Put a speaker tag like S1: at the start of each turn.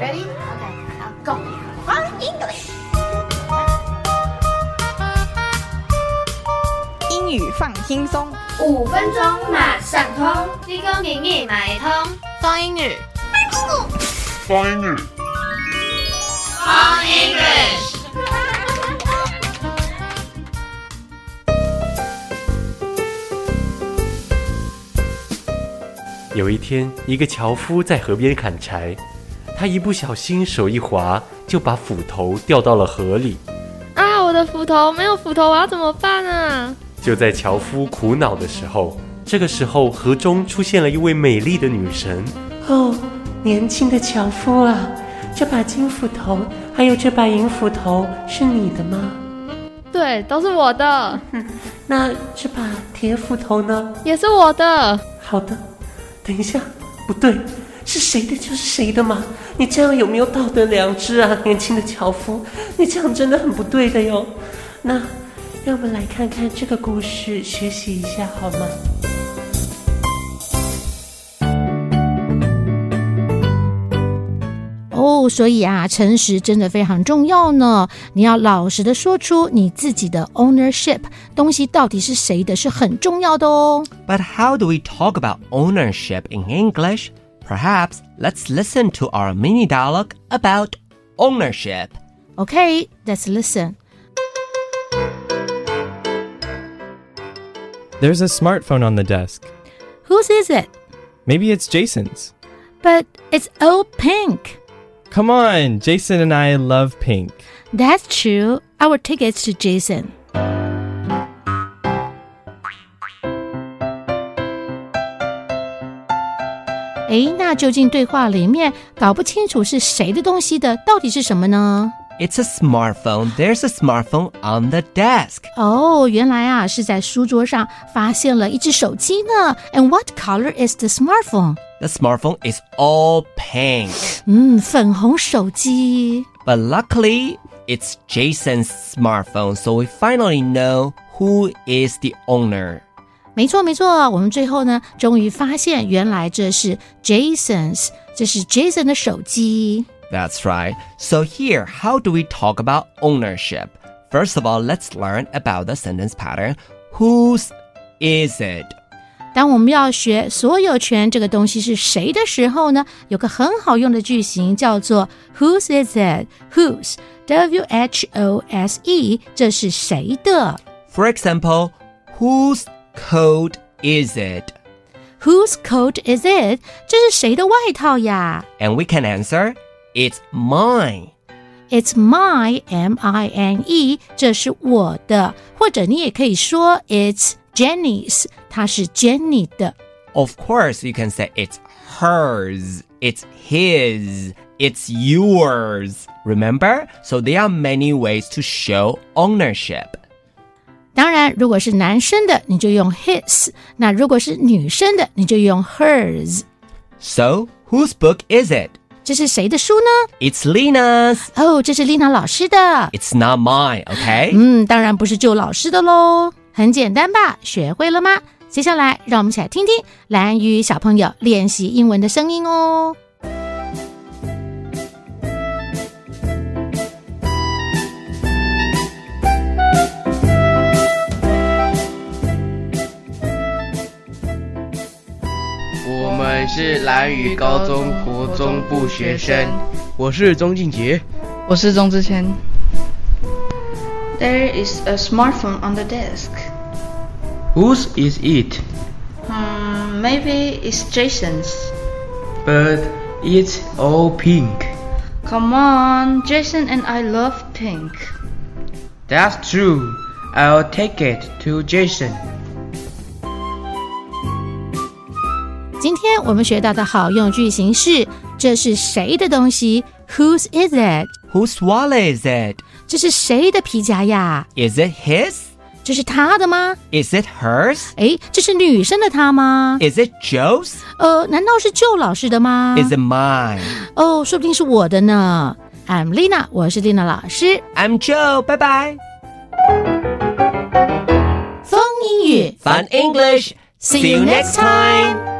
S1: Ready? Okay, now go. Fine English.
S2: 英语放轻松。
S1: 五分钟马上通，
S3: 你讲英语买通，
S4: 双英语，
S5: 方英语，
S6: 有一天，一个樵夫在河边砍柴，他一不小心手一滑，就把斧头掉到了河里。
S7: 啊，我的斧头没有斧头，我要怎么办啊？
S6: 就在樵夫苦恼的时候，这个时候河中出现了一位美丽的女神。
S8: 哦，年轻的樵夫啊，这把金斧头还有这把银斧头是你的吗？
S7: 对，都是我的，
S8: 那这把铁斧头呢？
S7: 也是我的。
S8: 好的，等一下，不对，是谁的就是谁的嘛。你这样有没有道德良知啊，年轻的樵夫？你这样真的很不对的哟。那让我们来看看这个故事，学习一下好吗？
S9: 哦，所以啊，诚实真的非常重要呢。你要老实的说出你自己的 ownership，东西到底是谁的，是很重要的哦。
S10: But how do we talk about ownership in English? Perhaps let's listen to our mini dialogue about ownership.
S9: OK，let's、listen。
S11: There's a smartphone on the desk.
S9: Whose is it?
S11: Maybe it's Jason's.
S9: But it's all pink.
S11: Come on, Jason and I love pink.
S9: That's true. Our tickets to Jason. 诶，Eh，那究竟对话里面搞不清楚是谁的东西的，到底是什么呢？
S10: It's a smartphone. There's a smartphone on the desk.
S9: 哦，原来啊是在书桌上发现了一只手机呢。And what color is the smartphone？
S10: The smartphone is all pink.
S9: 嗯，粉红手机。
S10: But luckily, it's Jason's smartphone, so we finally know who is the owner.
S9: 没错，没错，我们最后呢，终于发现原来这是 Jason's，这是 Jason 的手机。
S10: That's right. So, here, how do we talk about ownership? First of all, let's learn about the sentence pattern. Whose is it?
S9: 当我们要学所有权这个东西是谁的时候呢，有个很好用的句型叫做 Whose is it? Whose? W H O S E，这是谁的
S10: For example, whose coat is it?
S9: ？Whose coat is it？这是谁的外套呀
S10: And we can answer, it's mine.
S9: ？It's my M I N E，这是我的。或者你也可以说 It's Jenny's，它是 Jenny 的。
S10: Of course, you can say it's hers, it's his, it's yours. Remember? So there are many ways to show ownership.
S9: 当然，如果是男生的，你就用 his；那如果是女生的，你就用 hers。
S10: So, whose book is it?
S9: 这是谁的书呢？
S10: It's Lena's.
S9: 哦，这是丽娜老师的。
S10: It's not mine, okay?
S9: 嗯，当然不是旧老师的喽，很简单吧？学会了吗？接下来让我们一起来听听蓝宇小朋友练习英文的声音哦。
S12: 我们是蓝屿高中国中部学生，我是钟静杰。
S4: 我是钟之谦。
S1: There is a smartphone on the desk.
S12: Whose is it?
S1: Hmm, maybe it's Jason's.
S12: But it's all pink.
S1: Come on, Jason and I love pink.
S12: That's true. I'll take it to Jason.
S9: 今天我们学到的好用句型是：这是谁的东西？Whose is it？
S10: Whose wallet is it?
S9: 这是谁的皮夹呀？
S10: Is it his?
S9: 这是他的吗？
S10: Is it hers?
S9: 诶，这是女生的她吗？
S10: Is it Joe's?
S9: 呃，难道是旧老师的吗？
S10: Is it mine?
S9: 哦，说不定是我的呢。I'm Lina，我是 Lina 老师。
S10: I'm Joe. Bye bye.
S9: 风英语
S10: Fun English.
S9: See you next time.